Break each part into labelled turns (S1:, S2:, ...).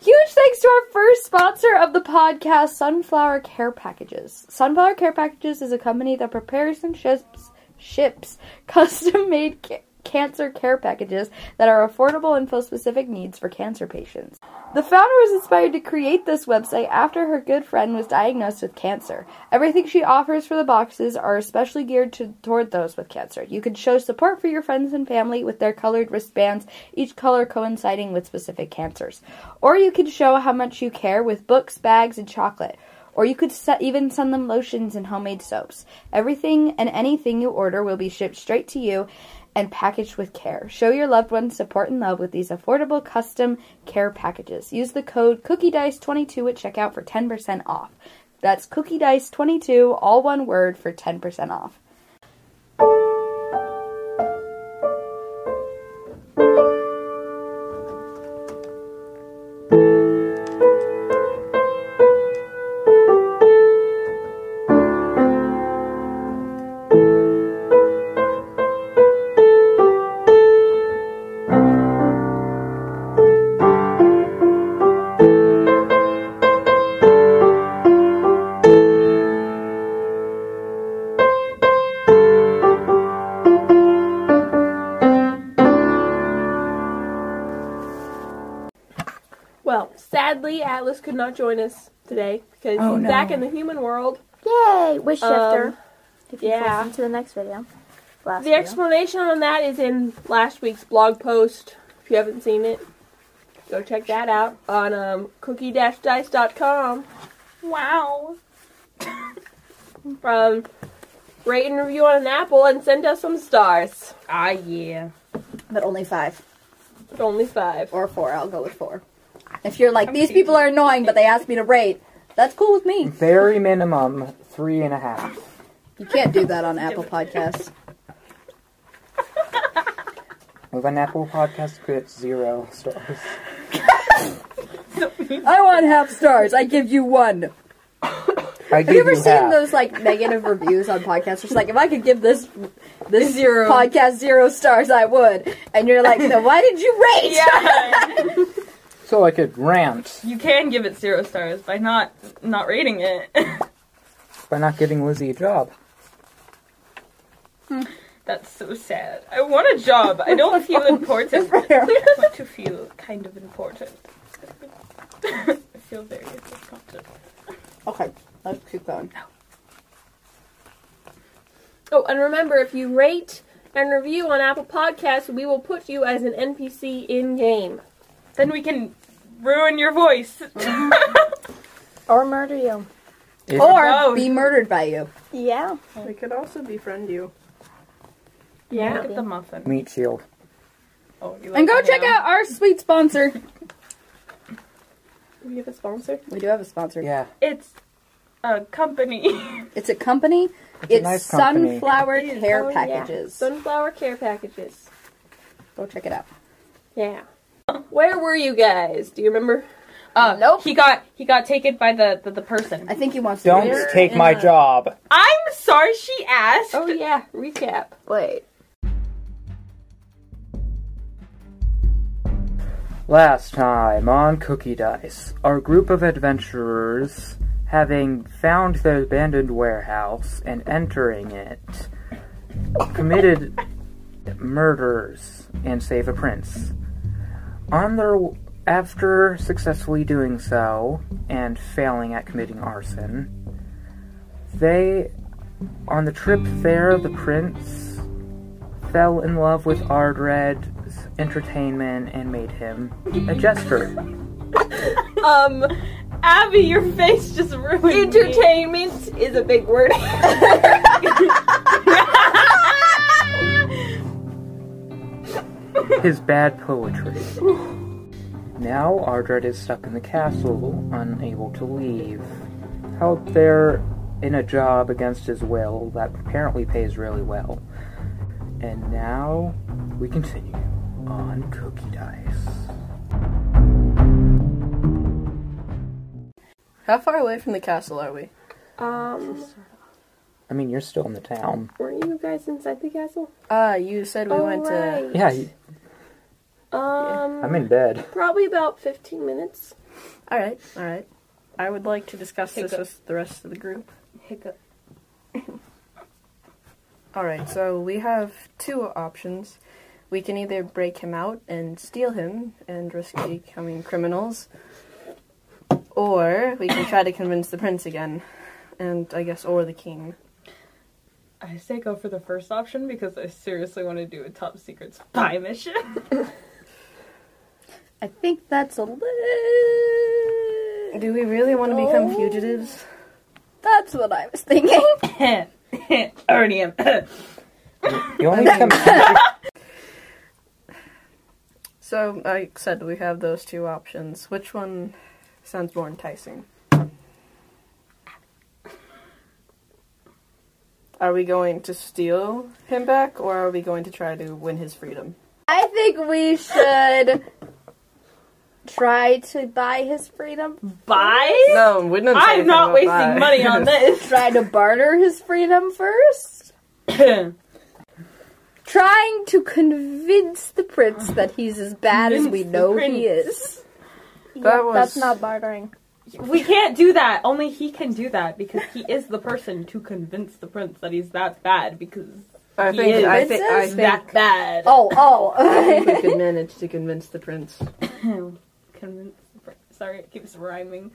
S1: Huge thanks to our first sponsor of the podcast, Sunflower Care Packages. Sunflower Care Packages is a company that prepares and ships ships custom-made ca- cancer care packages that are affordable and fill specific needs for cancer patients. The founder was inspired to create this website after her good friend was diagnosed with cancer. Everything she offers for the boxes are especially geared to, toward those with cancer. You can show support for your friends and family with their colored wristbands, each color coinciding with specific cancers. Or you can show how much you care with books, bags, and chocolate. Or you could se- even send them lotions and homemade soaps. Everything and anything you order will be shipped straight to you and packaged with care. Show your loved ones support and love with these affordable custom care packages. Use the code CookieDice22 at checkout for 10% off. That's CookieDice22, all one word, for 10% off.
S2: Well, sadly, Atlas could not join us today because
S1: Oh,
S2: he's
S1: no.
S2: back in the human world.
S3: Yay! Wish shifter.
S2: Um,
S3: if you
S2: yeah.
S3: listen to the next video. Last
S2: Um, The explanation on that is in last week's blog post. If you haven't seen it, go check that out on um, cookie-dice.com.
S3: Wow.
S2: From rate and review on an Apple and send us some stars.
S4: Ah, yeah.
S1: But only five
S2: But only five.
S1: or four. I'll go with four. If you're like, these people are annoying, but they asked me to rate, that's cool with me.
S5: Very minimum, three and a half.
S1: You can't do that on Apple Podcasts.
S5: With an Apple podcast, quit zero stars.
S1: I want half stars. I give you one.
S5: I
S1: Have
S5: give
S1: you ever seen
S5: half.
S1: those like negative reviews on podcasts? It's like if I could give this this
S4: Zero.
S1: podcast zero stars, I would. And you're like, then why did you rate?
S4: Yeah.
S5: So I could rant
S4: you can give it zero stars by not not rating it.
S5: by not giving Lizzie a job.
S4: That's so sad. I want a job. I don't feel important. I want to feel kind of important. I feel very important.
S1: Okay, let's keep going.
S2: Oh, and remember, if you rate and review on Apple Podcasts, we will put you as an NPC in game.
S4: Then we can ruin your voice.
S3: Or murder you.
S5: If-
S1: Or
S4: Both.
S1: be murdered by you.
S3: Yeah.
S6: They could also befriend you.
S4: Look at the muffin.
S5: Meat shield.
S4: Oh, you like
S1: And go
S4: the
S1: check
S4: ham?
S1: out our sweet sponsor.
S2: Do we have a sponsor?
S1: We do have a sponsor.
S5: Yeah.
S4: It's a company.
S1: It's a company. It's,
S5: a nice company.
S1: sunflower care
S2: Oh, yeah.
S1: packages.
S2: Sunflower care packages.
S1: Go check it out.
S2: Yeah. Where were you guys? Do you remember?
S4: Uh,
S1: Oh, Nope.
S4: He got he got taken by the the, the person.
S1: I think he wants to
S5: Don't
S1: read it.
S5: take my job.
S4: I'm sorry she asked.
S2: Oh yeah, recap.
S3: Wait.
S5: Last time on Cookie Dice, our group of adventurers, having found the abandoned warehouse and entering it, committed murders and save a prince. On their after successfully doing so and failing at committing arson, they on the trip there the prince fell in love with Ardred's entertainment and made him a jester.
S2: Um,
S4: Abby, your face just ruined me.
S2: entertainment is a big word.
S5: His bad poetry. Now Ardred is stuck in the castle, unable to leave. Held there in a job against his will that apparently pays really well. And now we continue on Cookie Dice.
S6: How far away from the castle are we?
S2: um,
S5: I mean, you're still in the town.
S2: were you guys inside the castle?
S6: Ah, you said we went to.
S5: Yeah, you-
S2: Um,
S5: I'm in bed.
S2: probably about 15 minutes.
S6: All right, all right. Oh. I would like to discuss this
S4: Hiccup.
S6: with the rest of the group.
S4: Hiccup.
S6: All right, so we have two options. We can either break him out and steal him and risk becoming criminals, or we can try to convince the prince again, and I guess or the king.
S4: I say go for the first option because I seriously want to do a top secret spy mission.
S1: I think that's a little.
S6: Do we really want to become fugitives?
S1: That's what I was thinking.
S4: Ernium.
S5: You only become
S6: So I said we have those two options. Which one sounds more enticing? Are we going to steal him back, or are we going to try to win his freedom?
S1: I think we should try to buy his freedom.
S4: Buy?
S6: No, we didn't. say
S4: I'm
S6: anything
S4: not
S6: about
S4: wasting
S6: that.
S4: money on this.
S1: Try to barter his freedom first. Trying to convince the prince that he's as bad as we
S4: Convince the
S1: know he is.
S6: That was
S3: That's not bartering.
S4: we can't do that. Only he can do that because he is the person to convince the prince that he's that bad because
S6: I
S4: he
S6: think
S4: is
S6: I, thi- I
S4: he's that
S6: think
S4: bad.
S1: Oh,
S6: I think we
S1: oh.
S6: could manage to convince the prince.
S4: Convince the prince. Sorry, it keeps rhyming.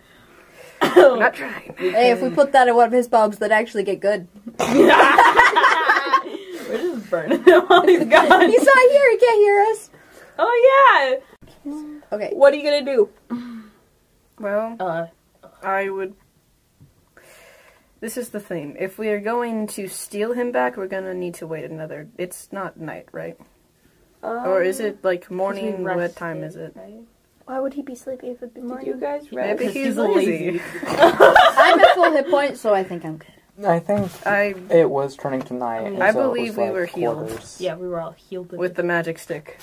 S4: Um,
S6: I'm not trying.
S1: hey, if we put that in one of his poems, that'd actually get good.
S4: We're just burning him while he's gone.
S1: He's not here, he can't hear us.
S4: oh
S1: Okay.
S2: Wh- What are you gonna do?
S6: Well,
S4: yeah. Uh,
S6: I would. This is the thing. If we are going to steal him back, we're gonna need to wait another. It's not night, right?
S2: Um,
S6: or is it like
S2: because we
S6: morning? What time is
S2: rested,
S6: it?
S2: right?
S3: Why would he be sleepy if it'd be
S1: um,
S2: Did you
S3: morning?
S2: guys
S6: Maybe
S2: rest?
S4: Because
S6: he's
S4: he's
S6: lazy.
S4: lazy.
S1: I'm at full hit point, so I think I'm good.
S5: I think
S6: I
S5: it was turning to night. and
S6: I
S5: so it was
S6: believe we
S5: like
S6: were healed.
S5: quarters.
S4: yeah, we were all healed
S6: with the magic stick.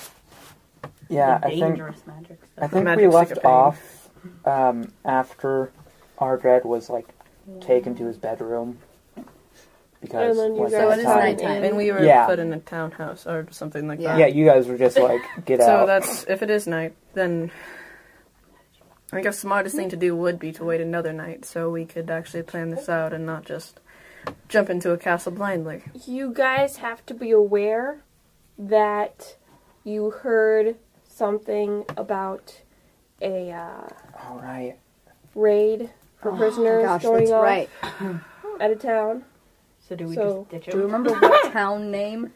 S5: Yeah,
S4: the
S5: I think
S4: dangerous magic stuff.
S5: I think
S6: Magic
S5: we
S6: stick
S5: left
S6: of pain.
S5: off um, after Ardred was like taken to his bedroom because
S2: And then you guys
S5: like, that
S6: So it
S2: That's
S6: is
S5: time-
S1: night.
S6: nighttime, and we were
S5: Yeah.
S6: put in a townhouse or something like
S1: Yeah.
S5: Yeah,
S6: that.
S5: you guys were just like get
S6: So
S5: out.
S6: that's if it is night, then I think the smartest thing to do would be to wait another night, so we could actually plan this out and not just jump into a castle blindly.
S2: You guys have to be aware that you heard something about a uh,
S5: All right.
S2: raid for prisoners
S1: Oh, gosh,
S2: going
S1: that's
S2: off
S1: right.
S2: out of town.
S4: So do we
S2: So-
S4: just ditch
S1: Do you
S4: him?
S1: remember what town name?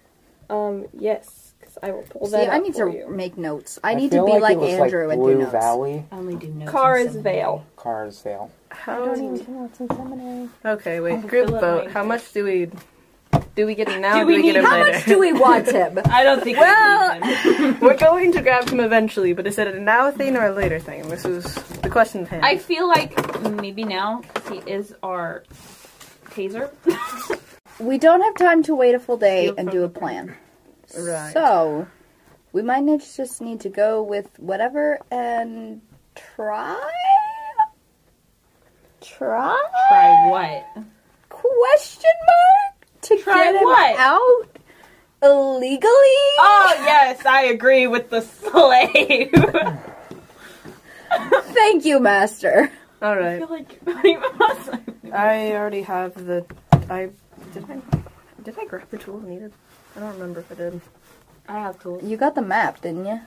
S2: Um, yes, because I will pull
S1: See,
S2: that.
S1: I
S2: up
S1: need
S2: for
S1: to
S2: you.
S1: make notes. I need to
S5: feel
S1: be like,
S5: like, it was,
S1: Andrew
S5: like
S1: and do
S5: Blue
S1: notes.
S5: Valley,
S4: I only do notes.
S2: Car
S4: in
S2: is
S4: seminary.
S2: veil.
S5: Carsdale.
S3: I
S6: How?
S3: don't even know it's in seminary.
S6: Okay,
S4: I'm
S6: wait. Group
S4: still at
S6: vote.
S4: my-
S6: How much do we do we get him now?
S4: Do
S6: or
S4: we
S6: do we get
S4: need-
S6: him
S4: how
S1: How
S6: later?
S1: much do we want him?
S4: I don't think.
S6: Well-
S4: we need him.
S6: We're going to grab him eventually, but is it a now thing or a later thing? This is the question at hand.
S4: I feel like maybe now 'cause he is our taser.
S1: We don't have time to wait a full day
S4: Steal
S1: and
S4: from
S1: do
S4: the
S1: a plan.
S6: Right.
S1: So, we might not just need to go with whatever and try? Try?
S4: Try what?
S1: Question mark? To
S4: Try
S1: get him
S4: what?
S1: out illegally?
S4: Oh yes, I agree with the slave.
S1: Thank you, Master.
S6: All
S4: I
S6: right.
S4: feel like pretty much.
S6: I already have the. I did I did I grab the tool needed? I don't remember if I did.
S4: I have tools.
S1: You got the map, didn't you?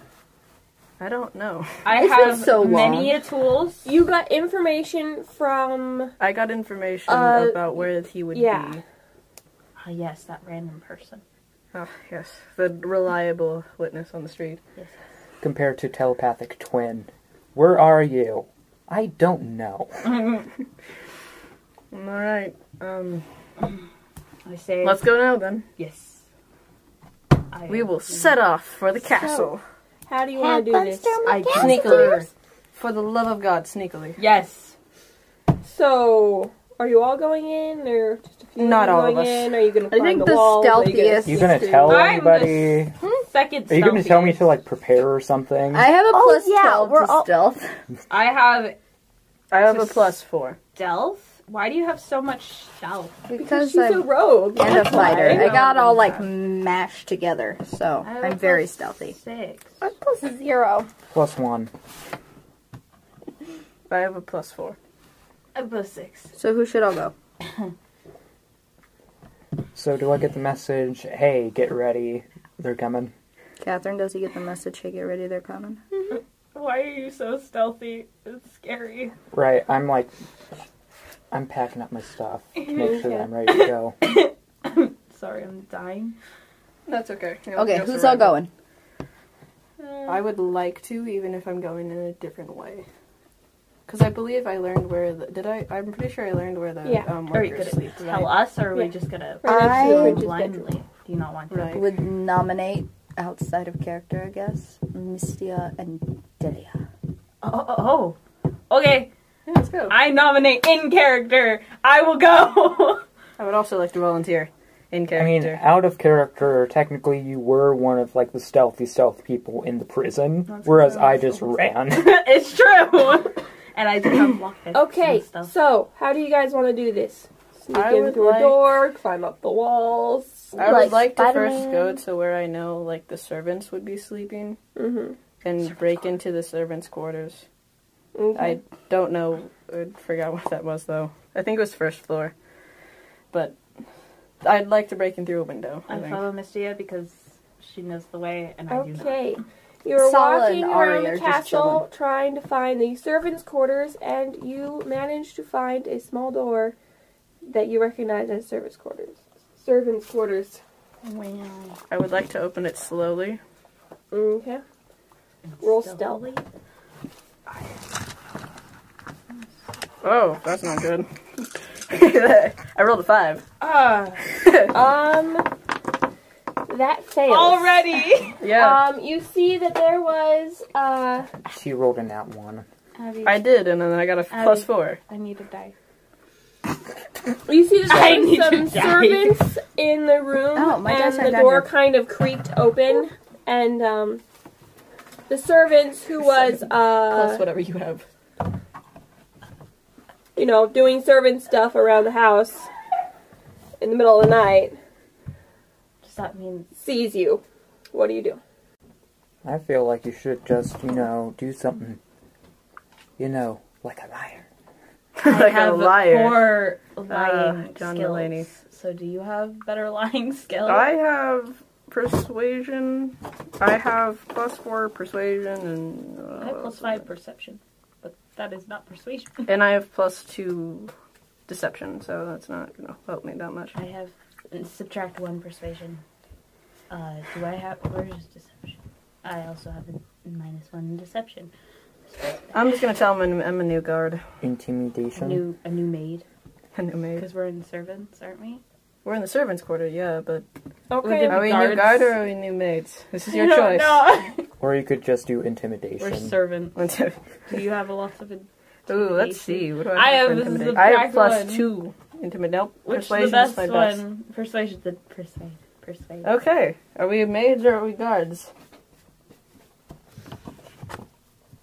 S6: I don't know.
S4: I
S1: It's been
S4: have
S1: so
S4: many a tools.
S2: You got information from
S6: I got information
S2: Uh,
S6: about where he would
S2: yeah.
S6: be.
S4: Ah yes, that random person.
S6: Oh, yes, the reliable witness on the street.
S5: Compared to telepathic twin, where are you? I don't know.
S6: Mm, All right. Um,
S4: I say
S6: let's go now then.
S4: yes. I
S6: We will set off for the castle.
S2: how do you want to do this?
S4: I
S6: Sneakily. For the love of God, sneakily.
S4: Yes.
S2: So, are you all going in, or just a few?
S6: Not
S2: you
S6: all of
S2: going
S6: us.
S2: In? Are you gonna?
S1: I
S2: climb
S1: think
S2: the
S1: the
S2: walls? Are you
S1: stealthiest-
S5: You gonna
S2: sneak
S5: tell
S2: through?
S4: I'm the
S5: anybody?
S4: Second.
S5: Are you gonna tell me
S4: stealthiest.
S5: to like prepare or something?
S1: I have a
S3: Oh,
S1: plus
S3: yeah,
S1: 12
S3: we're
S1: to
S3: all-
S1: stealth.
S4: I have
S6: I have a plus four.
S4: stealth Why do you have so much stealth?
S2: Because
S1: Because
S2: she's a
S1: I'm
S2: rogue.
S1: and a fighter.
S4: I
S1: I got all like
S4: know.
S1: mashed together, so
S4: I have
S1: I'm
S4: a
S1: very
S4: plus
S1: stealthy.
S4: Six.
S3: I'm plus zero.
S5: Plus one.
S6: I have a plus four.
S4: I'm plus six.
S1: So who should all go?
S5: So do I get the message? Hey, get ready. They're coming.
S1: Catherine, does he get the message? Hey, get ready, they're coming.
S4: Why are you so stealthy? It's scary.
S5: Right. I'm like, I'm packing up my stuff to
S4: Mm-hmm.
S5: make sure that I'm ready to go.
S4: Sorry, I'm dying.
S6: That's okay. You know,
S1: Okay,
S6: just
S1: who's all
S6: remember.
S1: going?
S6: I would like to, even if I'm going in a different way. Because I believe I learned where the. Did I? I'm pretty sure I learned where the
S3: Yeah.
S6: um,
S4: Are you
S6: workers
S4: gonna
S6: sleep.
S4: tell
S6: Right?
S4: us, or are we
S2: Yeah.
S4: just gonna
S1: I
S4: go
S1: would
S3: just get
S4: blindly? Do you not want to?
S6: Right.
S1: Would nominate outside of character, I guess. Mystia and Delia.
S4: Oh, oh, oh. Okay,
S6: Yeah, let's go.
S4: I nominate in character. I will go.
S6: I would also like to volunteer in
S5: I mean,
S6: character.
S5: out of character, technically you were one of like the stealthy stealth people in the prison, whereas I just ran.
S4: it's true. And I do have lock picks
S2: Okay,
S4: and stuff.
S2: so how do you guys want to do this? Sneak
S6: I
S2: in
S6: would
S2: through
S6: like-
S2: a door, climb up the walls.
S6: I would like,
S1: like
S6: to first
S1: Spider-Man.
S6: go to where I know like the servants would be sleeping
S2: Mm-hmm.
S6: and break into the servants' quarters.
S2: Okay.
S6: I don't know. I forgot what that was though. I think it was first floor, but I'd like to break in through a window. I
S4: I
S6: think.
S4: follow Mystia because she knows the way, and I do not.
S2: okay. You're
S1: Sala
S2: walking
S1: and Ari
S2: around
S1: are
S2: the
S1: just
S2: castle trying to find the servants' quarters, and you manage to find a small door that you recognize as servants' quarters. Servants' quarters.
S4: Oh,
S6: I would like to open it slowly.
S2: Okay. Roll stealth.
S6: Oh, that's not good. I rolled a five.
S4: Ah,
S2: Um, that fails.
S4: already.
S6: Yeah,
S2: Um, you see that there was uh
S5: she rolled in that one.
S4: Abby,
S6: I did, and then I got a
S4: I-
S6: plus four.
S4: I need to die.
S2: You see
S4: I
S2: that
S4: need
S2: there's some
S4: to die.
S2: servants in the room,
S1: Oh, my dice
S2: and
S1: are
S2: the
S1: down
S2: door
S1: here.
S2: kind of creaked open, and um, the servants who was
S6: Plus
S2: uh,
S6: whatever you have.
S2: you know, doing servant stuff around the house in the middle of the night
S4: Does that mean
S2: sees you. What do you do?
S5: I feel like you should just, you know, do something. You know, like a liar.
S4: I
S6: like
S4: have
S6: a liar.
S4: poor lying
S6: Ah, John
S4: skills?
S6: Mulaney.
S4: So do you have better lying skills?
S6: I have persuasion. I have plus four persuasion, and uh,
S4: I have plus five perception, but that is not persuasion.
S6: uh, and I have plus two deception. So that's not gonna help me that much.
S4: I have mm, subtract one persuasion. Uh, do I have where is deception? I also have a minus one in deception.
S6: I'm just gonna tell him I'm, I'm a new guard,
S4: A
S5: Intimidation.
S4: new a new maid
S6: a new maid.
S4: because we're in servants, aren't we?
S6: We're in the servants' quarter, yeah, but
S2: Okay.
S4: We're
S6: are we new
S4: Guards.
S6: guard or are we new maids? This is your
S4: No,
S6: choice.
S4: No,
S5: Or you could just do
S4: we're
S5: intimidation.
S4: servants.
S6: Let's-
S4: Do you have a lot of in-
S6: Ooh, let's see. What do I,
S4: I
S6: have,
S4: have
S6: for intimidate?
S4: the
S6: I have
S4: black
S6: plus
S4: one.
S6: two intimidate. Nope,
S4: which the
S6: persuasion's
S4: best
S6: my
S4: one?
S6: best.
S4: Persuasion. The persuade. Persuade.
S6: Okay, are we maids or are we guards?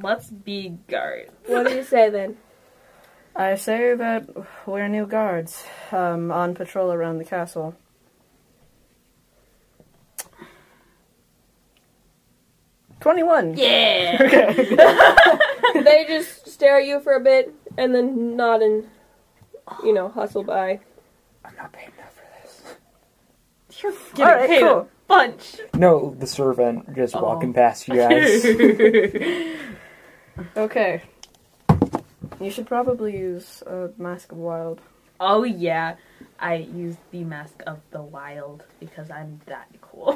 S4: Let's be guards.
S2: What do you say then?
S6: I say that we're new guards um, on patrol around the castle. Twenty-one.
S4: Yeah.
S6: Okay.
S2: they just stare at you for a bit and then nod and you know hustle by.
S5: I'm not paying enough for this.
S4: You're getting
S6: All right,
S4: paid
S6: cool.
S4: a bunch.
S5: No, the servant just
S4: Oh.
S5: walking past you guys.
S6: Okay. You should probably use a mask of wild.
S4: oh yeah, I used the mask of the wild because I'm that cool.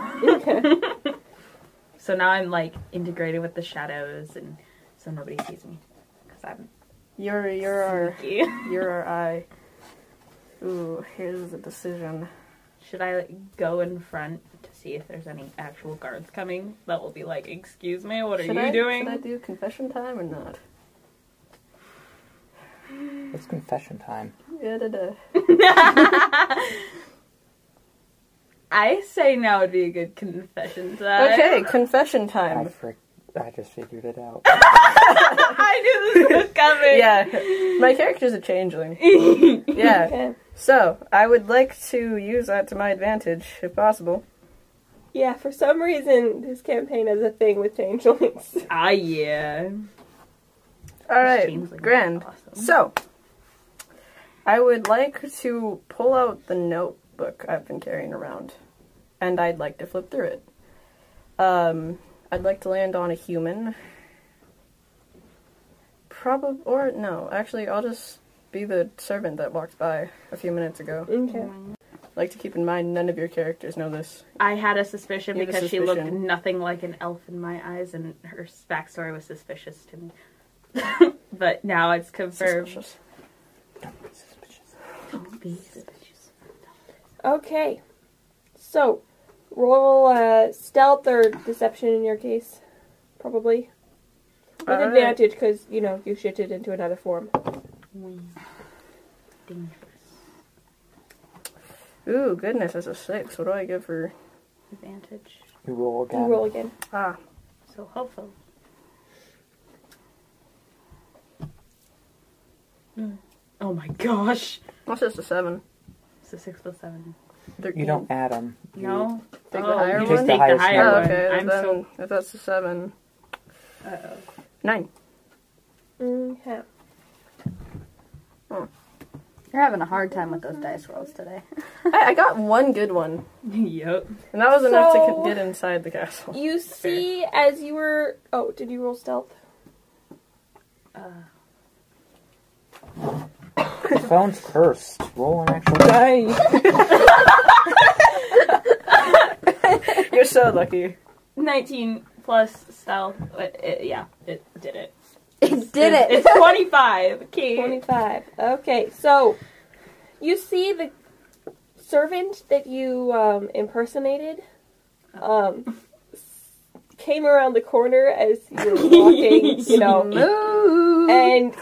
S4: so now I'm like integrated with the shadows, and so nobody sees me because I'm
S6: You're you're our
S4: sneaky.
S6: you're our eye. Ooh, here's the decision.
S4: Should I like, go in front to see if there's any actual guards coming that will be like, "Excuse me, what are
S6: should
S4: you
S6: I,
S4: doing?"
S6: Should I do confession time or not?
S5: it's confession time.
S6: Yeah, da, da.
S4: I say now would be a good confession time.
S6: Okay, confession
S5: I
S6: time.
S5: frick. I just figured it out.
S4: I knew this was have it.
S6: yeah. My character's a changeling. yeah.
S2: Okay.
S6: So, I would like to use that to my advantage, if possible.
S2: Yeah, for some reason, this campaign has a thing with changelings.
S4: Ah, yeah. Seems
S6: Alright,
S4: like
S6: grand.
S4: Awesome.
S6: So, I would like to pull out the notebook I've been carrying around, and I'd like to flip through it. Um, I'd like to land on a human. Probably, or no, actually, I'll just be the servant that walked by a few minutes ago.
S2: Okay.
S6: Like to keep in mind, none of your characters know this.
S4: I had a suspicion
S6: You had a
S4: because she looked
S6: suspicion.
S4: nothing like an elf in my eyes, and her backstory was suspicious to me. but now it's confirmed.
S6: Suspicious.
S4: Don't be suspicious.
S2: Okay. So, roll uh, stealth or deception in your case, probably. With
S6: All right.
S2: advantage, because, you know, you shifted into another form.
S4: We- Dangerous.
S6: Ooh, goodness, that's a six. What do I give for?
S4: Advantage.
S5: You roll
S2: You
S5: again.
S2: roll again.
S6: Ah,
S4: So helpful. Oh my gosh.
S6: that's just a seven.
S4: So six plus seven.
S5: You don't add them.
S4: No.
S6: Take the
S4: oh,
S6: higher
S4: you
S6: one?
S4: Take
S5: Take
S4: the
S5: the
S4: higher,
S5: highest one.
S6: Oh,
S4: one.
S6: okay.
S4: I'm
S6: then,
S4: so.
S6: if that's a seven,
S4: Uh-oh.
S6: nine.
S2: Okay.
S1: You're having a hard time with those dice rolls today.
S6: I, I got one good one,
S4: yep.
S6: and that was enough to
S2: So-
S6: c- get inside the castle.
S2: You see, as you were. Oh, did you roll stealth?
S5: The phone's cursed. Roll an actual die.
S6: You're so lucky.
S4: 19 plus stealth. Uh, uh, yeah, it did it.
S1: It did it.
S4: It's 25. Okay.
S2: 25. Okay, so you see the servant that you um, impersonated um, came around the corner as you were walking, you know, and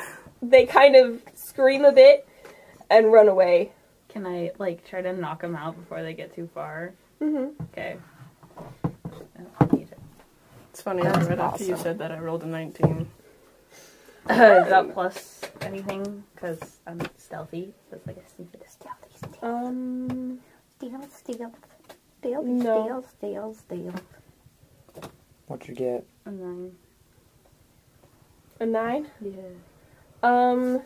S2: they kind of scream a bit and run away.
S4: Can I, like, try to knock them out before they get too far?
S6: Mm-hmm.
S2: Mhm.
S4: Okay. I don't need it.
S6: It's funny. I right after you said that, I rolled a nineteen.
S4: Is that plus anything? Because I'm stealthy. So it's like a sneak attack.
S1: Steal, steal,
S2: Um,
S1: steal, steal, steal,
S2: No.
S1: steal, steal, steal.
S5: What'd you get?
S4: And then,
S2: a nine?
S4: yeah.
S2: Um,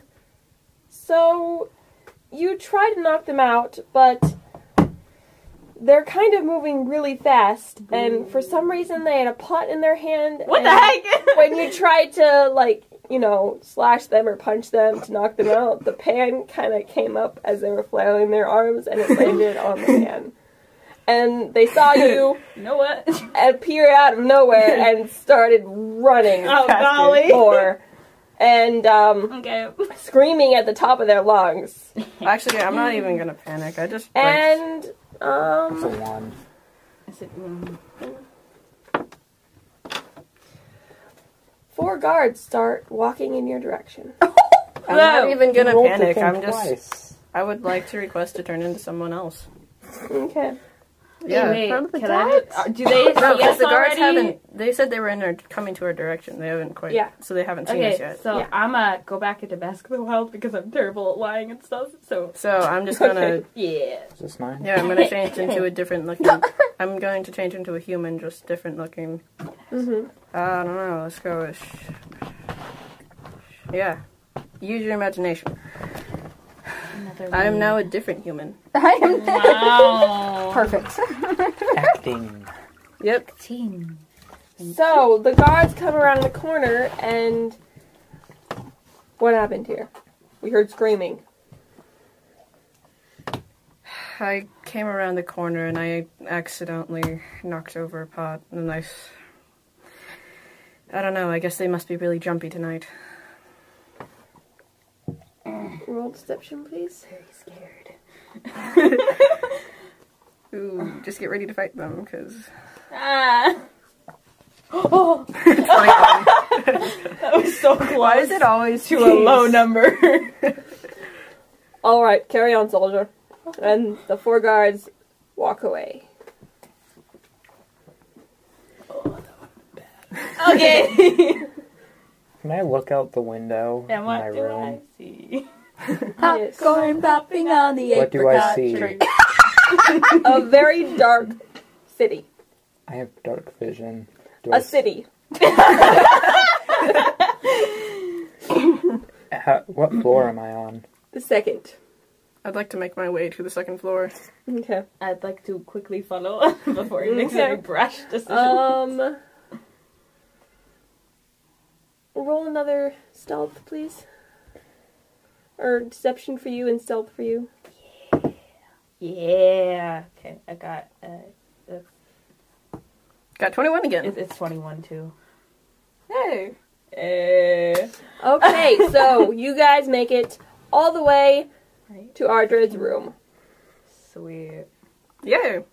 S2: so you try to knock them out, but they're kind of moving really fast, and for some reason they had a pot in their hand.
S4: What the
S2: and
S4: heck?
S2: When you tried to like, you know, slash them or punch them to knock them out, the pan kind of came up as they were flailing their arms, and it landed on the pan. And they saw you
S4: you know what?
S2: appear out of nowhere and started running
S4: Oh, golly.
S2: for, and um
S4: Okay.
S2: screaming at the top of their lungs.
S6: Actually, I'm not even gonna panic. I just like,
S2: And
S5: It's a
S2: um
S5: one.
S4: Is it, mm,
S2: four guards start walking in your direction.
S6: I'm not
S4: Whoa.
S6: even gonna
S5: You rolled the
S6: panic.
S5: thing
S6: I'm just.
S5: twice.
S6: I would like to request to turn into someone else.
S2: Okay.
S6: Yeah,
S4: wait,
S6: probably
S4: can I,
S6: that.
S4: uh, do they see
S6: No, because
S4: us
S6: the guards
S4: already?
S6: haven't. They said they were in our coming to our direction. They haven't quite.
S2: Yeah.
S6: So they haven't seen us
S4: Okay,
S6: yet. So,
S4: so
S2: Yeah.
S4: I'm gonna go back into Bask the Wild because I'm terrible at lying and stuff. So
S6: I'm just gonna.
S4: yeah,
S5: Is this mine?
S6: Yeah, I'm gonna change into a different looking. I'm going to change into a human, just different looking.
S2: Mm-hmm.
S6: I don't know. Let's go with. Sh- yeah. Use your imagination.
S4: another.
S6: I am now a different human.
S1: I am
S4: Wow.
S1: perfect.
S5: Acting.
S6: Yep.
S4: Team.
S2: So the guards come around the corner and what happened here? We heard screaming.
S6: I came around the corner and I accidentally knocked over a pot and I. s- I don't know. I guess they must be really jumpy tonight.
S2: Roll deception, please.
S4: Very scared.
S6: Ooh, just get ready to fight them because.
S4: Ah,
S6: Why
S4: that was so close. Why
S6: is it always
S4: to a low number?
S2: All right, carry on, soldier. And the four guards walk away.
S4: okay.
S5: Can I look out the window
S4: And
S5: in
S4: what
S5: my
S4: do I
S5: room?
S4: see?
S1: Popcorn popping on the
S5: What do I see?
S2: a very dark city.
S5: I have dark vision. Do I
S2: A
S5: s-
S2: city.
S5: ha- what floor am I on?
S2: The second.
S6: I'd like to make my way to the second floor.
S2: Okay.
S4: I'd like to quickly follow before he makes
S2: Okay.
S4: any brash decision.
S2: Um. Roll another stealth, please. Or deception for you and stealth for you.
S4: yeah. Okay, I got uh,
S6: Got 21 again.
S4: it, it's twenty one too.
S2: Hey.
S4: Uh,
S2: Okay, so you guys make it all the way to Ardred's room.
S4: sweet.
S6: Yay!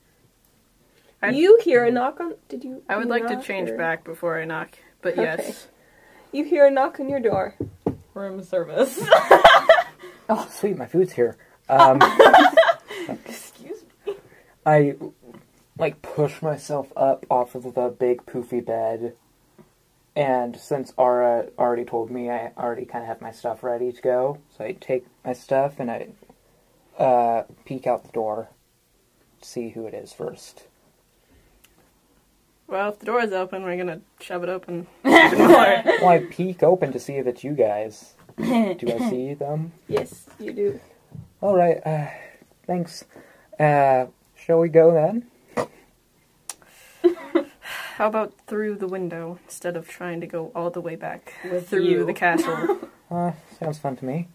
S6: I-
S2: you hear a knock on. Did you?
S6: I would
S2: you
S6: like to
S2: knock,
S6: change
S2: or-
S6: back before I knock, but yes.
S2: You hear a knock on your door.
S4: Room service.
S5: Oh, sweet, my food's here. Um,
S4: Excuse me.
S5: I like push myself up off of the big poofy bed, and since Ara already told me, I already kind of have my stuff ready to go. So I take my stuff and I uh, peek out the door, see who it is first.
S6: Well, if the door is open, we're gonna shove it open.
S5: Well, I peek open to see if it's you guys. Do I see them?
S2: Yes, you do.
S5: All right. Uh, thanks. Uh, shall we go then?
S6: How about through the window instead of trying to go all the way back
S4: With
S6: through
S4: you.
S6: the castle?
S5: Uh, sounds fun to me.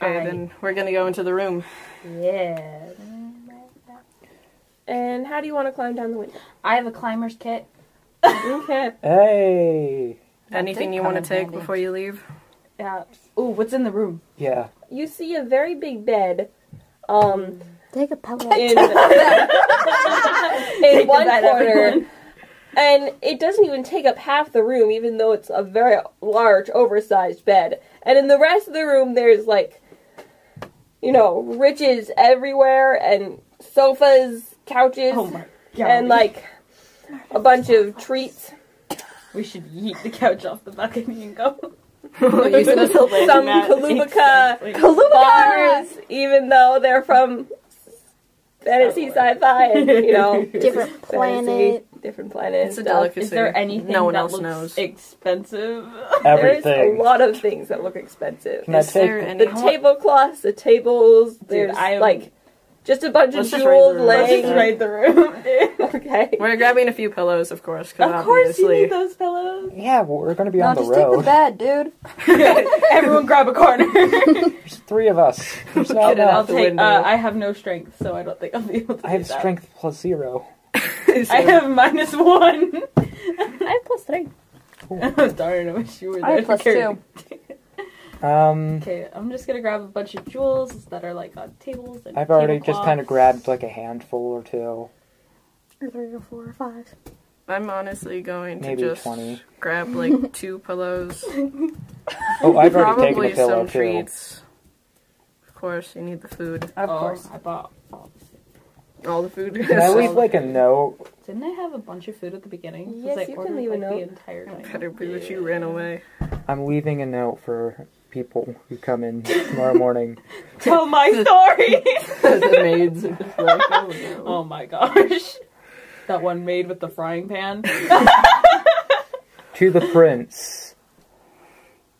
S6: Okay,
S4: I-
S6: then we're gonna go into the room.
S4: Yeah.
S2: And how do you want to climb down the window?
S7: I have a climber's kit.
S2: Okay.
S5: Hey.
S6: Anything
S7: did
S6: you
S7: come
S6: want
S7: in
S6: to take
S7: handy.
S6: before you leave?
S7: Yeah. Ooh, what's in the room?
S5: Yeah.
S2: You see a very big bed. Um,
S3: Take a pillow.
S2: in, in one corner. And it doesn't even take up half the room, even though it's a very large, oversized bed. And in the rest of the room, there's like, you know, riches everywhere, and sofas, couches,
S4: Oh my god.
S2: and like a bunch of treats.
S4: we should yeet the couch off the balcony and go.
S2: Some Kalubica bars, even though they're from fantasy sci-fi and you know
S3: Different planet.
S2: fantasy, different planet.
S6: It's a
S2: and stuff.
S6: delicacy.
S4: Is there anything
S6: No one
S4: that
S6: else
S4: looks
S6: knows.
S4: expensive?
S2: There's a
S5: Everything.
S2: lot of things that look expensive.
S5: Can I
S6: Is there
S5: take-
S6: any?
S2: The tablecloths, the tables. There's
S4: I am-
S2: like just a bunch
S6: Let's
S2: of
S6: just raid the
S2: jewels
S6: room. Let's
S4: Let's
S2: laying.
S4: just raid the room.
S2: okay.
S6: We're grabbing a few pillows, of course, because
S4: of course you
S6: obviously.
S4: need those pillows.
S5: Yeah, well, we're going to be
S1: No,
S5: on the
S1: just take the
S5: road.
S1: bed, dude.
S4: Everyone grab a corner.
S5: There's three of us. There's not
S6: Get it
S5: enough.
S4: I'll
S6: the
S4: take,
S6: window.
S4: uh, I have no strength, so I don't think I'll be able to
S5: I
S4: do
S5: have
S4: that.
S5: strength plus zero.
S4: I have minus one.
S1: I have plus three.
S4: Darn, I wish you were
S1: I
S4: there.
S1: have
S4: to
S1: plus
S4: carry
S1: two.
S5: Um,
S4: Okay, I'm just gonna grab a bunch of jewels that are like on tables. And
S5: I've already just
S4: tablecloths.
S5: kind of grabbed like a handful or two.
S3: Three or four or five.
S6: I'm honestly going to
S5: Maybe
S6: just
S5: 20.
S6: grab like two pillows,
S5: Oh, I've already taken
S6: probably
S5: a pillow
S6: some
S5: too.
S6: treats. Of course, you need the food,
S7: Of
S4: Oh,
S7: course.
S4: I bought. all this.
S6: all the food.
S5: Can I
S6: So-
S5: leave like a note?
S4: Didn't I have a bunch of food at the beginning? 'Cause
S2: Yes,
S4: I
S2: you can
S4: ordered,
S2: leave a
S4: like,
S2: note.
S4: The entire
S6: It
S4: thing.
S6: better be that you ran away.
S5: I'm leaving a note for people who come in tomorrow morning.
S4: Tell my story.
S6: the maids are just like, oh no.
S4: oh my gosh, that one made with the frying pan.
S5: to the prince.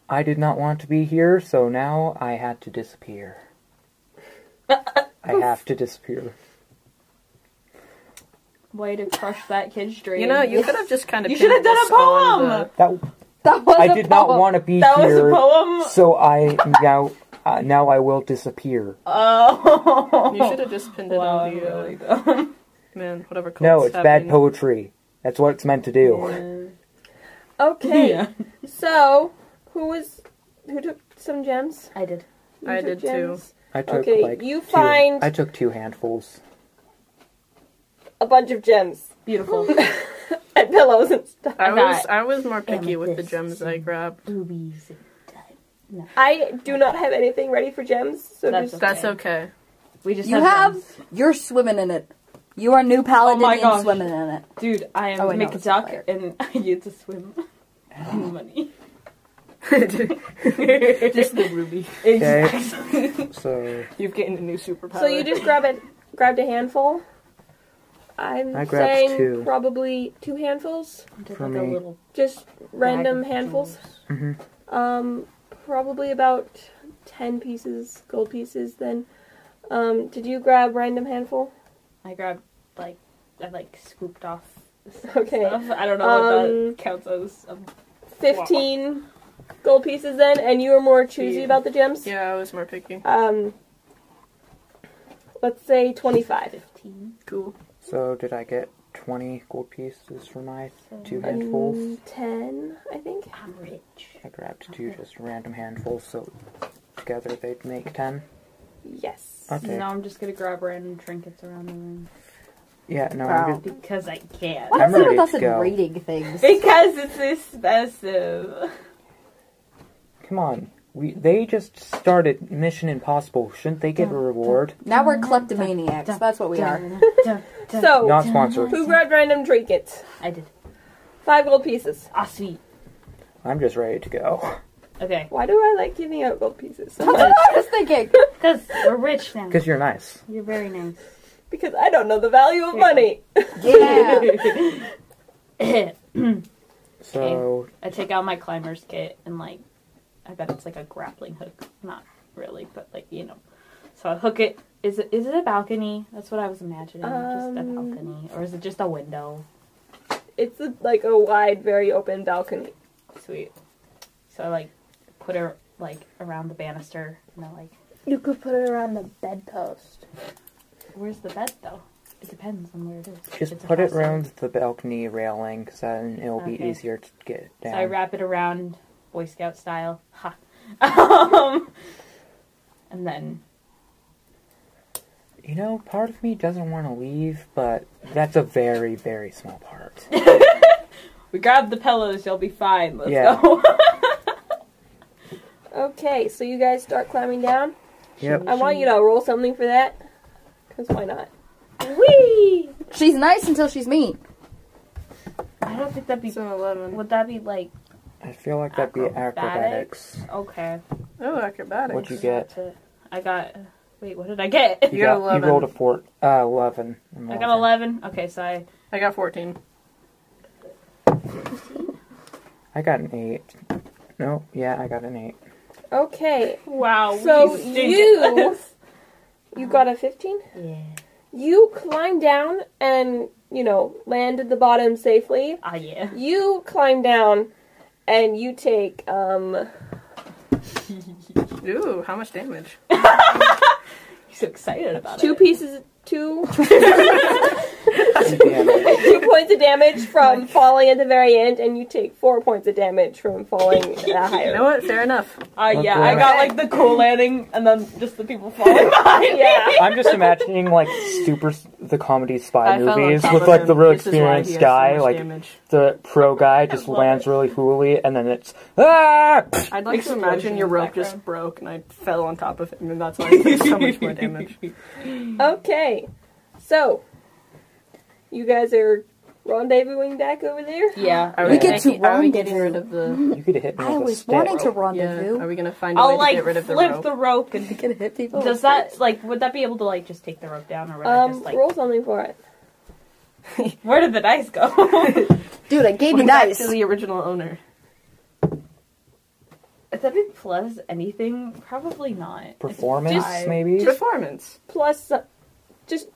S5: I did not want to be here, so now I had to disappear. I have to disappear.
S4: Way to crush that kid's dream.
S6: You know, you could have just kind of.
S4: You should have done a poem.
S5: That
S1: That was
S5: I
S1: a
S5: did not
S1: problem.
S5: want to be
S4: that was a
S5: here,
S4: poem.
S5: so I now uh, now I will disappear.
S4: Oh,
S6: You should have just pinned it
S4: Wow,
S6: on
S4: you
S6: the uh,
S4: really dumb.
S6: man, whatever. Cults
S5: No, it's bad
S6: happening.
S5: poetry. That's what it's meant to do.
S2: Okay.
S4: Yeah.
S2: So who was who took some gems?
S7: I did.
S2: You
S6: I
S2: took
S6: did too.
S5: I took
S2: Okay,
S5: like
S2: you
S5: two-
S2: find
S5: I took two handfuls.
S2: a bunch of gems
S4: Beautiful.
S2: and pillows and stuff.
S6: I
S7: I
S6: was
S7: got
S6: I was more picky with the
S7: amethysts
S6: gems I grabbed.
S7: Boobies.
S2: I do not have anything ready for gems, so
S7: That's
S2: just
S6: That's okay.
S7: We just
S1: You
S7: have.
S1: have. You're swimming in it. You are new paladin
S4: my
S1: and
S4: gosh.
S1: swimming in it.
S4: Dude, I am
S1: Oh,
S4: oh,
S1: wait, no, it's
S4: duck
S1: fire.
S4: and I need to swim. money.
S7: Just the ruby.
S5: Okay. so
S6: You've gained a new superpower.
S2: So you just grab it, grabbed a handful. I'm
S5: I grabbed
S2: saying
S5: two.
S2: probably two handfuls,
S7: Just
S5: For
S7: like a
S5: me.
S7: little
S2: just random
S7: bag of
S2: handfuls.
S7: jewels.
S5: mhm.
S2: Um, probably about ten pieces, gold pieces. Then, um, did you grab random handful?
S4: I grabbed like I like scooped off. Stuff.
S2: Okay.
S4: I don't know
S2: Um,
S4: what that counts as. Um,
S2: Fifteen gold pieces then, and you were more choosy
S6: Yeah.
S2: about the gems.
S6: Yeah, I was more picky.
S2: Um, let's say twenty-five.
S4: Fifteen.
S6: Cool.
S5: so did I get twenty gold pieces for my two
S2: Um,
S5: handfuls?
S2: Ten, I think.
S4: I'm rich.
S5: I grabbed two just random handfuls, so together they'd make ten.
S2: Yes.
S5: I'll take.
S7: Now I'm just gonna grab random trinkets around the room.
S5: Yeah, no,
S7: Wow.
S5: I'm just,
S4: Because I can.
S5: What?
S1: What
S5: I'm
S1: is it
S5: ready
S1: with us
S5: to
S1: in
S5: go.
S1: rating things?
S4: Because it's expensive.
S5: come on. We they just started Mission Impossible. Shouldn't they get a reward?
S1: Now we're kleptomaniacs. That's what we are.
S7: so
S2: So,
S5: Not sponsored.
S2: Oh. who grabbed random trinkets?
S4: I did.
S2: Five gold pieces.
S4: Ah, sweet.
S5: I'm just ready to go.
S4: Okay.
S2: Why do I like giving out gold pieces so
S1: That's
S2: much?
S1: what I was thinking.
S7: because we're rich now.
S5: Because you're nice.
S7: You're very nice.
S2: Because I don't know the value of money.
S1: Yeah.
S5: So
S4: I take out my climber's kit and like, I bet it's like a grappling hook. Not really, but like you know. So I hook it. Is it is it a balcony? That's what I was imagining. just a
S2: Um,
S4: balcony, or is it just a window?
S2: It's a, like a wide, very open balcony.
S4: Sweet. So I like put her like around the banister, and I like,
S3: You could put it around the bedpost.
S4: where's the bed though? It depends on where it is.
S5: just
S4: It's a
S5: put it
S4: household.
S5: around the balcony railing, because then it'll be
S4: Okay.
S5: easier to get down.
S4: So I wrap it around Boy Scout style. Ha. um, and then
S5: You know, part of me doesn't want to leave, but that's a very, very small part.
S4: we grab the pillows. You'll be fine. Let's
S5: Yeah.
S4: go.
S2: Okay, so you guys start climbing down.
S5: yep.
S2: I want you to roll something for that. Because why not?
S4: Whee!
S1: she's nice until she's mean.
S4: I don't think that'd be.
S6: It's an 11.
S4: Would that be like
S5: I feel like that'd be
S4: Acrobatics?
S5: acrobatics.
S4: okay?
S6: Oh, acrobatics.
S5: What'd you get?
S4: that's it. I got. Wait, what did I get?
S6: You got 11.
S5: You rolled a four, uh, 11.
S4: I got eleven. Okay, so I
S6: I got 14.
S5: I got an 8. No, yeah, I got an 8.
S2: Okay,
S4: wow.
S2: so
S4: Oh, we stink at
S2: you.
S4: this.
S2: You got a 15?
S4: Yeah.
S2: You climbed down and, you know, land at the bottom safely.
S4: Ah yeah.
S2: You climb down and you take, um,
S6: Ooh, how much damage?
S4: He's so excited about
S2: two
S4: it.
S2: pieces, two
S5: Damn.
S2: two points of damage from falling at the very end, and you take four points of damage from falling that
S6: You
S2: higher.
S6: know what? Fair enough.
S4: Ah
S5: Look
S4: yeah. I
S5: around.
S4: got like the cool landing, and then just the people falling behind.
S2: Yeah.
S5: I'm just imagining, like, super, the comedy spy
S6: I fell on
S5: movies
S6: top
S5: with,
S6: of
S5: like,
S6: him.
S5: the real
S6: This is why he has
S5: experienced
S6: so
S5: guy,
S6: much
S5: like,
S6: damage.
S5: the pro guy just
S4: love
S5: lands really coolly, and then it's, ah!
S6: I'd like to
S4: Explosion
S6: imagine your
S4: in the
S6: rope just
S4: background.
S6: broke and I fell on top of him, and that's why I did so much more damage.
S2: Okay, so you guys are rendezvousing back over there.
S4: Yeah.
S6: Are
S1: We get to
S6: are we getting
S1: rendezvous.
S6: rid of the?
S5: You could have hit me
S1: I
S5: with a
S1: was
S5: stick.
S1: wanting to
S6: Yeah. Are
S1: rendezvous.
S6: we gonna find a way
S4: I'll
S6: to
S4: like
S6: get rid of the
S4: flip
S6: rope?
S4: the rope and.
S1: You can hit people.
S4: Does that like would that be able to like just take the rope down or would I
S2: Um,
S4: just like
S2: roll something for it.
S4: where did the dice go?
S1: Dude, I gave you
S6: Went back
S1: dice.
S6: to the original owner.
S4: Is that be plus anything? Probably not.
S5: Performance,
S4: Just-
S5: maybe?
S6: Performance.
S2: Plus, so- just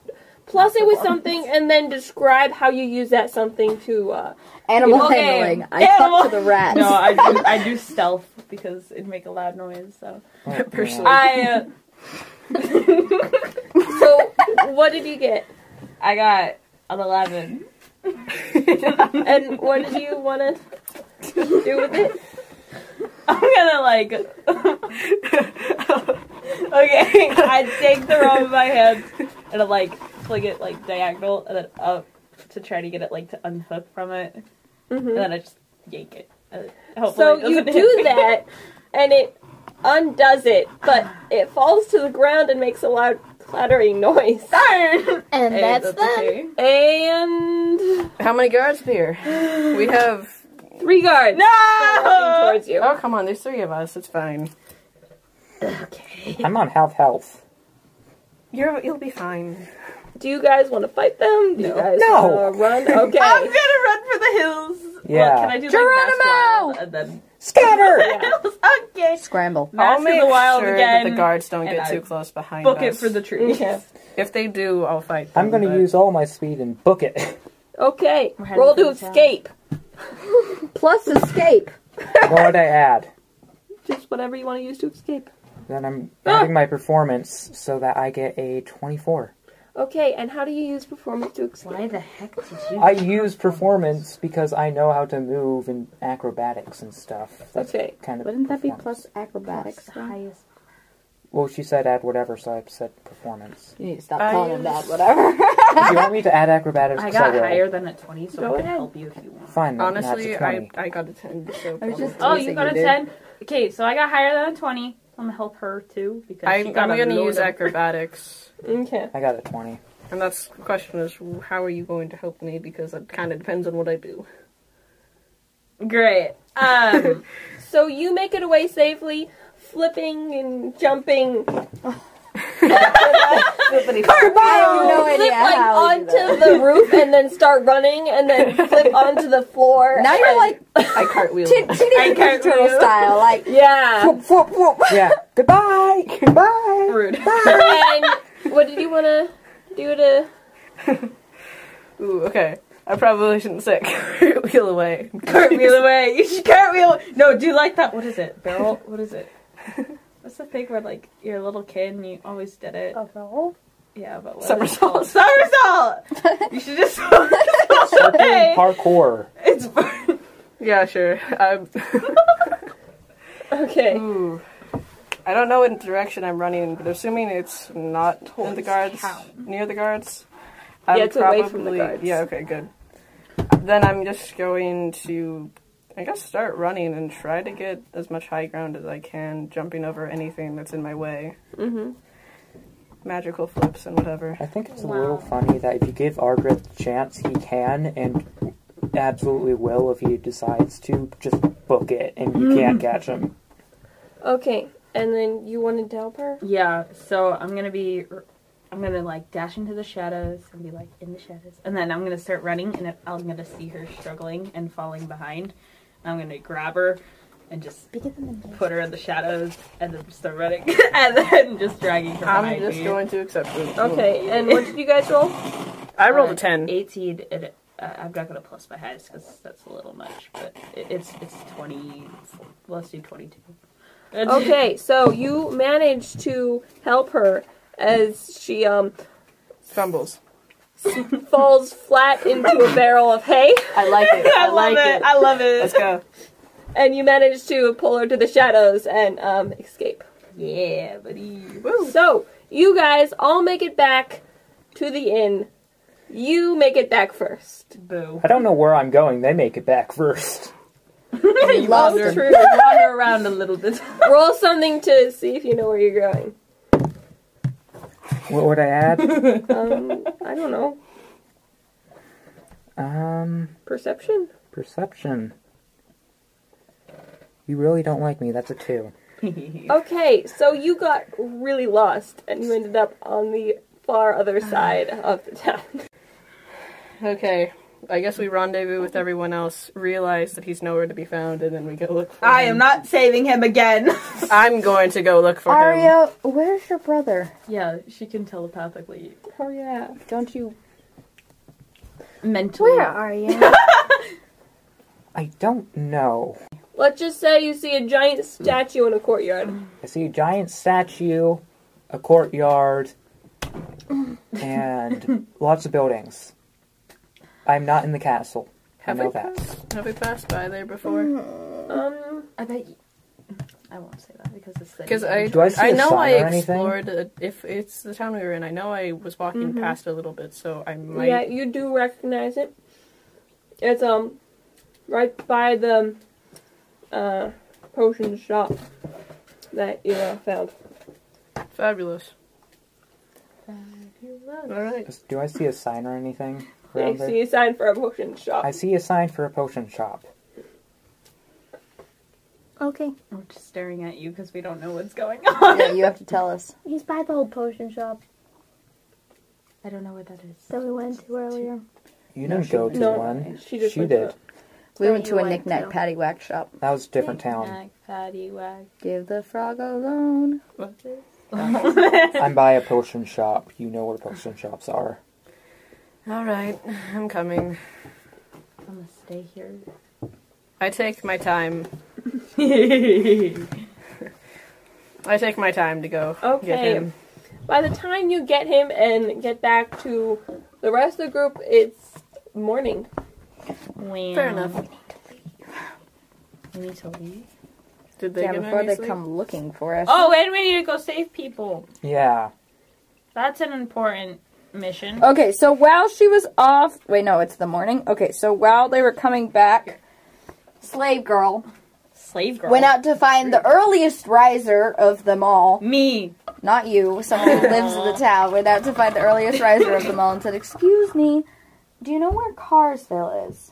S2: plus it with something, and then describe how you use that something to. Uh,
S1: Animal
S4: Okay,
S1: handling. I
S4: animal-
S1: fucked to the rats.
S4: No, I do, I do stealth because it'd make a loud noise. So
S5: Oh, man.
S6: Personally.
S4: I uh,
S2: so, what did you get?
S4: I got an eleven.
S2: And what did you want to do with it?
S4: I'm gonna like. okay, I take the rope in my hand and I like fling it like diagonal and then up to try to get it like to unhook from it, and
S2: Mhm.
S4: then I just yank it. Uh, hopefully
S2: So
S4: it
S2: you
S4: doesn't hit
S2: do
S4: me.
S2: that, and it undoes it, but it falls to the ground and makes a loud clattering noise.
S4: Darn!
S3: And
S4: Hey,
S3: that's, that.
S4: okay.
S2: And
S6: How many guards appear? We have
S2: Three guards. No! towards you.
S6: Oh, come on. There's three of us. It's fine.
S5: I'm on half health.
S6: You're, you'll be fine.
S2: Do you guys want to fight them? Do you guys
S5: No.
S2: want to run?
S4: I'm gonna
S2: Okay.
S4: run for the hills.
S5: Yeah.
S4: Well, can I do like,
S1: Geronimo!
S4: Basque Wild and then
S5: Scatter!
S4: hills? Okay.
S8: Scramble.
S4: Mask
S6: I'll
S4: of
S6: make
S4: the Wild
S6: sure
S4: again.
S6: that the guards don't
S4: and
S6: get
S4: I
S6: too close behind
S4: Book
S6: us.
S4: it for the tree.
S2: Okay.
S6: If they do, I'll fight them.
S5: I'm gonna
S6: but-
S5: use all my speed and book it.
S2: okay.
S7: We're heading
S2: Roll
S7: for
S2: to
S7: the town.
S2: escape.
S1: Plus escape.
S5: what would I add?
S2: Just whatever you want to use to escape.
S5: Then I'm
S2: Ah.
S5: adding my performance so that I get a 24.
S2: Okay, and how do you use performance to escape?
S7: Why the heck did you?
S5: I use performance because I know how to move and acrobatics and stuff. That's
S2: Okay.
S5: kind of
S8: Wouldn't that be
S5: performance.
S8: plus acrobatics?
S7: the highest.
S5: Well, she said add whatever, so I said performance.
S8: You need to stop
S6: I
S8: calling him
S6: use-
S8: that. Whatever.
S5: if you want me to add acrobatics,
S7: I
S5: 'cause
S7: got
S5: will.
S7: higher than a 20, so
S2: Go
S7: I can
S2: ahead.
S7: help you if you want.
S5: Fine. then that's
S6: Honestly,
S5: a
S6: I,
S5: 20.
S6: I got a 10. So
S8: I was just-
S7: Oh,
S8: Yes,
S7: you
S8: you
S7: got a
S8: did.
S7: 10? Okay, so I got higher than a 20. I'm gonna help her too because
S6: I,
S7: she
S6: am
S7: got a
S6: going to
S7: load
S6: use
S7: of-
S6: acrobatics.
S2: Okay.
S5: I got a 20.
S6: And that's the question is, how are you going to help me? Because it kind of depends on what I do.
S4: Great. Um,
S2: So you make it away safely, flipping and jumping.
S1: I have no idea
S2: flip like
S1: how. you do that.
S2: onto the roof and then start running and then flip onto the floor.
S1: Now you're like
S6: I cartwheel.
S1: Tin- Teenage Ninja
S4: can't
S1: Turtle
S4: do.
S1: style, like
S2: yeah.
S1: whoop, whoop, whoop.
S5: Yeah. Goodbye! Goodbye!
S4: rude.
S2: and what did you want to do to?
S6: Ooh, okay. I probably shouldn't say cartwheel away.
S4: Cartwheel away. You should cartwheel. No, do you like that? What is it? Barrel? What is it? What's the thing where like you're a little kid and you always did it? Yeah, but what is it
S6: Somersault.
S4: called? Somersault. you should just somersault away.
S5: Parkour.
S4: It's
S6: Yeah, sure. Um,
S2: Okay.
S6: ooh. I don't know what direction I'm running, but assuming it's not in the guards, near the guards. I'm
S2: Yeah, it's away from the
S6: probably-
S2: guards.
S6: Yeah, okay, good. Then I'm just going to, I guess, start running and try to get as much high ground as I can, jumping over anything that's in my way.
S2: Mhm.
S6: Magical flips and whatever.
S5: I think it's a
S7: Wow.
S5: little funny that if you give Ardrith the chance, he can and absolutely will if he decides to just book it and you can't catch him.
S2: Okay. And then you wanted to help her.
S7: Yeah, so I'm gonna be, I'm gonna like dash into the shadows and be like in the shadows, and then I'm gonna start running, and if I'm gonna see her struggling and falling behind. I'm gonna grab her and just put her in the shadows, and then start running, and then just dragging her
S6: I'm
S7: behind
S6: just
S7: me.
S6: going to accept it.
S2: Okay. And what did you guys roll?
S6: I rolled
S7: Uh,
S6: a 10.
S7: 18. And, uh, I'm not gonna plus my highest because that's a little much, but it, it's it's 20. Let's do 22.
S2: Okay. So you managed to help her as she um
S6: Fumbles.
S2: falls flat into a barrel of hay,
S8: I like it. I, like
S4: love
S8: it.
S4: I love it.
S6: Let's go.
S2: and you managed to pull her to the shadows and um escape.
S7: Yeah, buddy.
S2: So you guys all make it back to the inn. You make it back first.
S7: Boo.
S5: I don't know where I'm going. They make it back first.
S7: you
S2: lost
S7: wander,
S2: her.
S7: wander around a little bit.
S2: Roll something to see if you know where you're going.
S5: What would I add?
S2: Um, I don't know.
S5: um,
S2: Perception.
S5: perception. You really don't like me. That's a two.
S2: Okay, so you got really lost and you ended up on the far other side of the town.
S6: Okay. I guess we rendezvous with everyone else, realize that he's nowhere to be found, and then we go look for
S4: I
S6: him.
S4: am not saving him again.
S6: I'm going to go look for him.
S8: Aria, where's your brother?
S7: yeah, she can telepathically,
S2: Oh yeah.
S8: Don't you?
S7: mentally.
S8: Where are you?
S5: I don't know.
S2: Let's just say you see a giant statue in a courtyard.
S5: I see a giant statue, a courtyard, and lots of buildings. I'm not in the castle.
S6: Have
S5: I know
S6: we,
S5: that.
S6: passed, have we passed by there
S5: Mm.
S6: before?
S2: Um,
S7: I bet you. I won't say that because it's
S6: Because I,
S5: Do I see a
S6: know
S5: sign
S6: I
S5: or anything?
S6: explored, uh if it's the town we were in, I know I was walking
S1: Mm-hmm.
S6: past a little bit, so I might.
S2: yeah, you do recognize it. It's um right by the uh potion shop that you uh, found.
S6: Fabulous. Alright.
S5: Is- Do I see a sign or anything?
S2: I
S5: around there?
S2: see a sign for a potion shop.
S5: I see a sign for a potion shop.
S3: Okay.
S4: We're just staring at you because we don't know what's going on.
S1: Yeah, you have to tell us.
S3: He's by the old potion shop
S4: I don't know what that is.
S3: that we went to earlier.
S5: You didn't go to
S2: No,
S5: one.
S2: she just went
S5: did.
S2: to-
S1: We
S3: That
S1: went
S3: you
S1: to a
S3: went
S1: knick knack
S3: to.
S1: patty whack shop.
S5: That was a different town.
S4: Knick-knack, paddywhack.
S1: Give the frog a loan.
S4: What's this?
S5: I'm by a potion shop. You know where potion shops are.
S6: All right, I'm coming.
S4: I'm gonna stay here.
S6: I take my time. I take my time to go get
S2: Okay.
S6: him.
S2: By the time you get him and get back to the rest of the group, it's morning.
S6: Fair enough.
S4: We need to leave.
S6: Did they
S1: Yeah,
S6: get
S1: before
S6: any
S1: they
S6: sleep?
S1: come looking for us.
S4: Oh, and we need to go save people.
S5: Yeah.
S4: That's an important mission.
S1: Okay, so while she was off, wait, no, it's the morning. Okay, so while they were coming back, slave girl
S4: Slave girl.
S1: went out to find the earliest riser of them all.
S4: Me.
S1: Not you, someone who lives in the town. Went out to find the earliest riser of them all and said, "Excuse me, do you know where Carsville is?"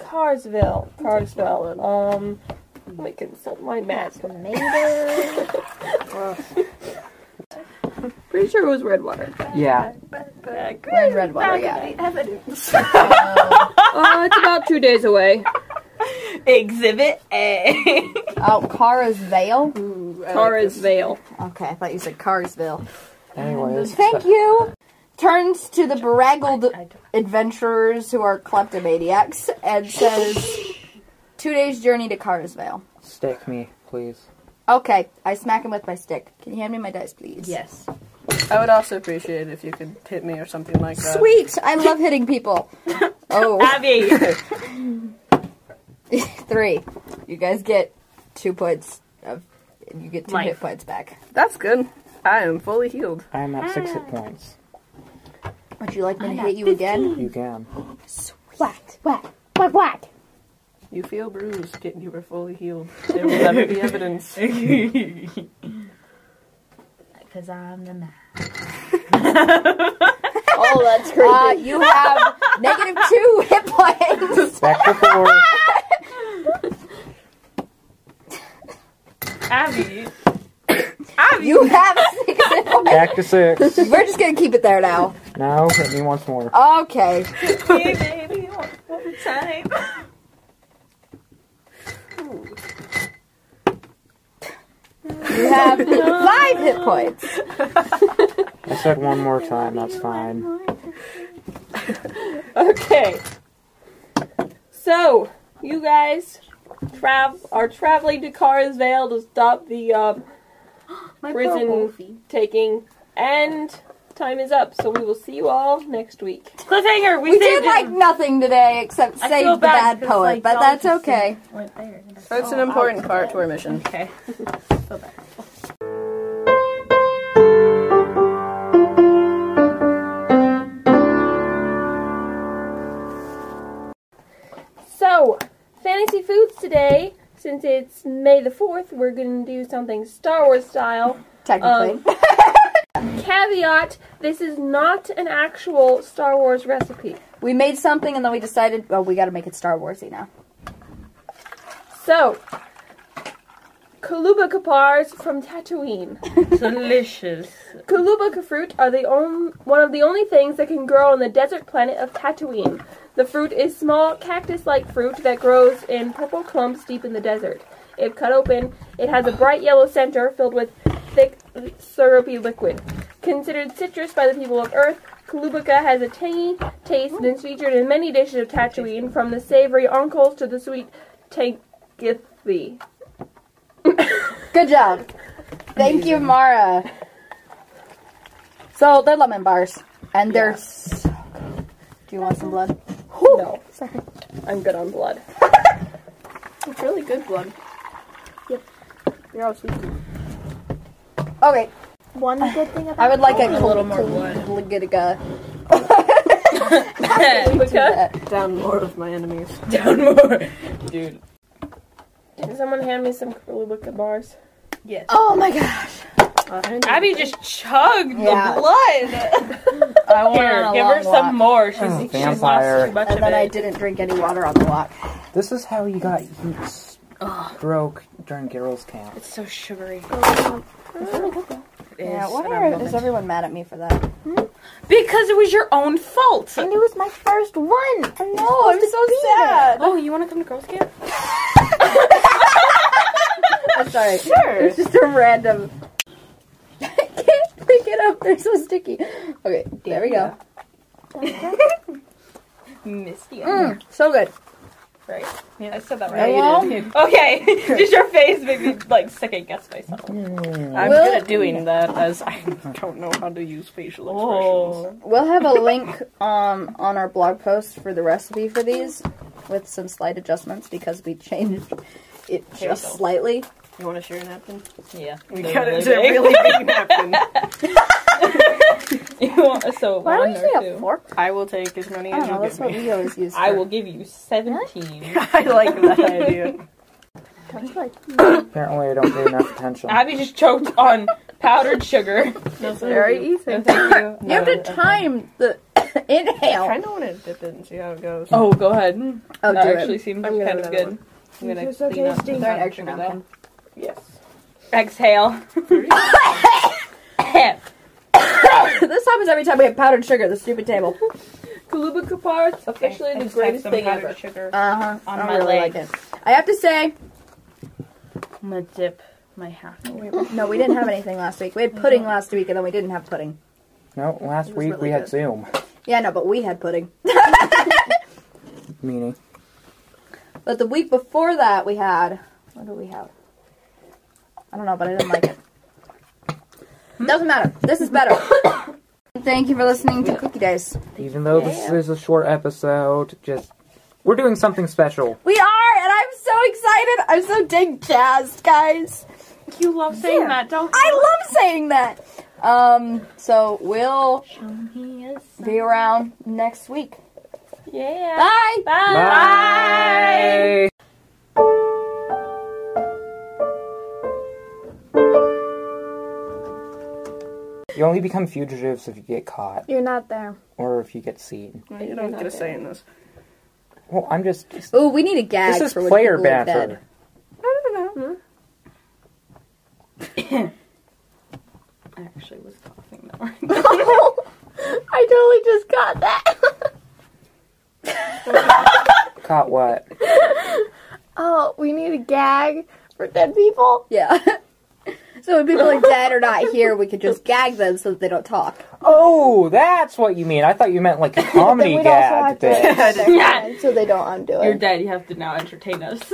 S2: Carsville. Carsville. Um, let me consult my map. Pretty sure it was Redwater.
S5: Yeah.
S1: Where's Redwater? Yeah.
S2: Uh, it's about two days away.
S4: Exhibit A.
S1: Oh, Carsvale.
S2: Carsville.
S1: Okay, I thought you said Carsville.
S5: Anyways.
S1: Thank you. Turns to the beraggled adventurers who are kleptomaniacs and says, two days journey to Carsvale.
S5: Stick uh, me, please.
S1: Okay, I smack him with my stick. Can you hand me my dice, please?
S4: yes.
S6: I would also appreciate it if you could hit me or something like that.
S1: Sweet! I love hitting people. Oh,
S4: Abby.
S1: three. You guys get two points of. You get two
S4: Life.
S1: hit points back.
S6: That's good. I am fully healed.
S5: I am at six hit points.
S1: Would you like me to hit you again?
S5: You can.
S3: Whack, whack, whack, whack.
S6: You feel bruised, yet you were fully healed. There will never be evidence.
S4: Because I'm the man.
S1: Oh, that's great. Uh, you have negative two hit points.
S5: Back to four.
S4: Abby.
S1: You have six hit points.
S5: Back to six.
S1: We're just gonna keep it there now.
S5: Now hit me once more.
S1: Okay.
S4: Hey, baby. One more time.
S1: You have five hit points.
S5: I said one more time. That's fine.
S2: Okay. So, you guys trav are traveling to Carsvale to stop the uh,
S4: My
S2: Prison.
S4: poor Wolfie.
S2: taking, and time is up. So we will see you all next week.
S4: Cliffhanger. We,
S1: We
S4: saved
S1: did like
S4: him.
S1: nothing today except
S4: I
S1: save
S4: feel
S1: the bad
S4: bad 'cause,
S1: poet,
S4: like,
S1: but
S4: y'all
S1: that's
S4: just
S1: okay.
S4: Went there.
S6: That's an important part to our mission.
S4: Okay.
S2: So, fantasy foods today. Since it's May the 4th, we're going to do something Star Wars style.
S1: Technically.
S2: Caveat this is not an actual Star Wars recipe.
S1: We made something and then we decided, oh, we gotta make it Star Warsy now.
S2: So, Kaluba Kapars from Tatooine.
S4: Delicious.
S2: Kaluba fruit are the on- one of the only things that can grow on the desert planet of Tatooine. The fruit is small, cactus-like fruit that grows in purple clumps deep in the desert. If cut open, it has a bright yellow center filled with thick, syrupy liquid. Considered citrus by the people of Earth, Kalubica has a tangy taste and is featured in many dishes of Tatooine, from the savory onkels to the sweet tangithi.
S1: Good job. Thank you, Mara. So they're lemon bars. And they're so good. Do you want some blood?
S2: No, I'm good on blood.
S6: It's really good blood.
S3: You're all sleepy.
S1: Okay.
S3: One good thing about
S1: I would like a,
S4: A little more blood.
S1: Ligidica.
S2: Kalubica.
S6: Down more of my enemies.
S4: Down more.
S6: Dude.
S2: Can someone hand me some Kalubica bars?
S4: Yes.
S1: Oh my gosh.
S4: Abby just chugged
S1: Yeah.
S4: the blood.
S1: I want
S4: Here,
S1: a
S4: give
S1: long
S4: her some
S1: walk.
S4: more. She's,
S5: Oh,
S4: she's
S5: vampire.
S4: lost too much
S1: And
S4: of
S1: then
S4: it.
S1: I didn't drink any water on the walk.
S5: This is how you got used. broke during Geralt's camp.
S2: It's so sugary. It
S1: Yeah,
S2: is,
S1: why
S2: and I'm
S1: are, is
S2: loving it.
S1: everyone mad at me for that?
S2: Because it was your own fault.
S3: And it was my first one. And no,
S1: Oh, I'm so sad.
S2: Oh, you want to come to girls' camp?
S1: Oh, I'm sorry. Sure. It's just a random. I can't pick it up. They're so sticky. Okay, there we go.
S2: Misty.
S1: Mm, so good.
S4: I said that
S1: There
S4: right.
S1: you go.
S4: Okay, just your face made me like second guess myself.
S6: I'm
S1: Will-
S6: good at doing that as I don't know how to use facial expressions.
S1: We'll have a link um, on our blog post for the recipe for these with some slight adjustments because we changed it
S6: you
S1: just
S6: go.
S1: slightly.
S6: You want to share a napkin?
S4: Yeah,
S6: We got it to a really big napkin.
S4: so
S1: Why
S4: one
S1: don't you say
S4: or
S1: a
S4: two.
S1: fork?
S6: I will take as many
S1: I don't
S6: as you
S1: know. That's
S6: give
S1: what
S6: me.
S1: we always use.
S4: I
S1: for-
S4: will give you seventeen.
S6: I like that idea.
S5: Apparently, I don't pay enough attention.
S4: Abby just choked on powdered sugar.
S6: It's very easy.
S4: No, thank you.
S1: You have to time the inhale.
S6: kind of want to dip it and see how it goes.
S4: Oh, go ahead.
S6: Mm,
S1: oh, do
S4: that
S1: it.
S4: actually seems
S6: I'm gonna
S4: kind
S6: have
S4: of
S6: another
S4: good.
S6: one.
S4: I'm gonna
S3: You're so
S4: clean up
S3: tasty.
S4: the
S1: Throw an
S4: powdered
S1: extra
S4: sugar,
S1: napkin.
S6: yes.
S4: though. Exhale.
S1: this happens every time we have powdered sugar at the stupid table.
S4: Kaluba Kapar's officially the greatest thing ever.
S1: Uh huh. I
S4: On
S1: don't
S4: my
S1: really like it.
S4: legs.
S1: I have to say, Oh,
S2: I'm gonna dip my half.
S1: no, we didn't have anything last week. We had pudding last week, and then we didn't have pudding.
S5: No, last week we had Zoom
S1: Yeah, no, but we had pudding.
S5: meeting.
S1: But the week before that, we had. What do we have? I don't know, but I didn't like it.
S2: Hmm?
S1: Doesn't matter. This is better. Thank you for listening to Cookie Days.
S5: Even though this is a short episode, just we're doing something special.
S1: We are, and I'm so excited. I'm so dang jazzed, guys.
S2: You love saying that, don't
S1: I love saying that. Um, so we'll
S2: you?
S1: be around next week.
S4: Yeah.
S1: Bye.
S5: Bye. You only become fugitives if you get caught
S3: You're not there.
S5: or if you get seen.
S6: No, you don't get a say in this.
S5: Well, I'm just.
S1: Ooh, we need a gag
S5: This is
S1: for when
S5: player
S1: people are
S5: banter.
S1: dead.
S2: I actually was coughing though.
S1: I totally just got that.
S5: Caught what?
S3: Oh, we need a gag for dead people.
S1: Yeah. so when people are dead or not here, we could just gag them so that they don't talk.
S5: Oh, that's what you mean. I thought you meant like a comedy
S3: we'd also
S5: gag
S3: have
S5: thing.
S3: to yeah. so they don't undo
S2: You're
S3: it.
S2: dead. You have to now entertain us.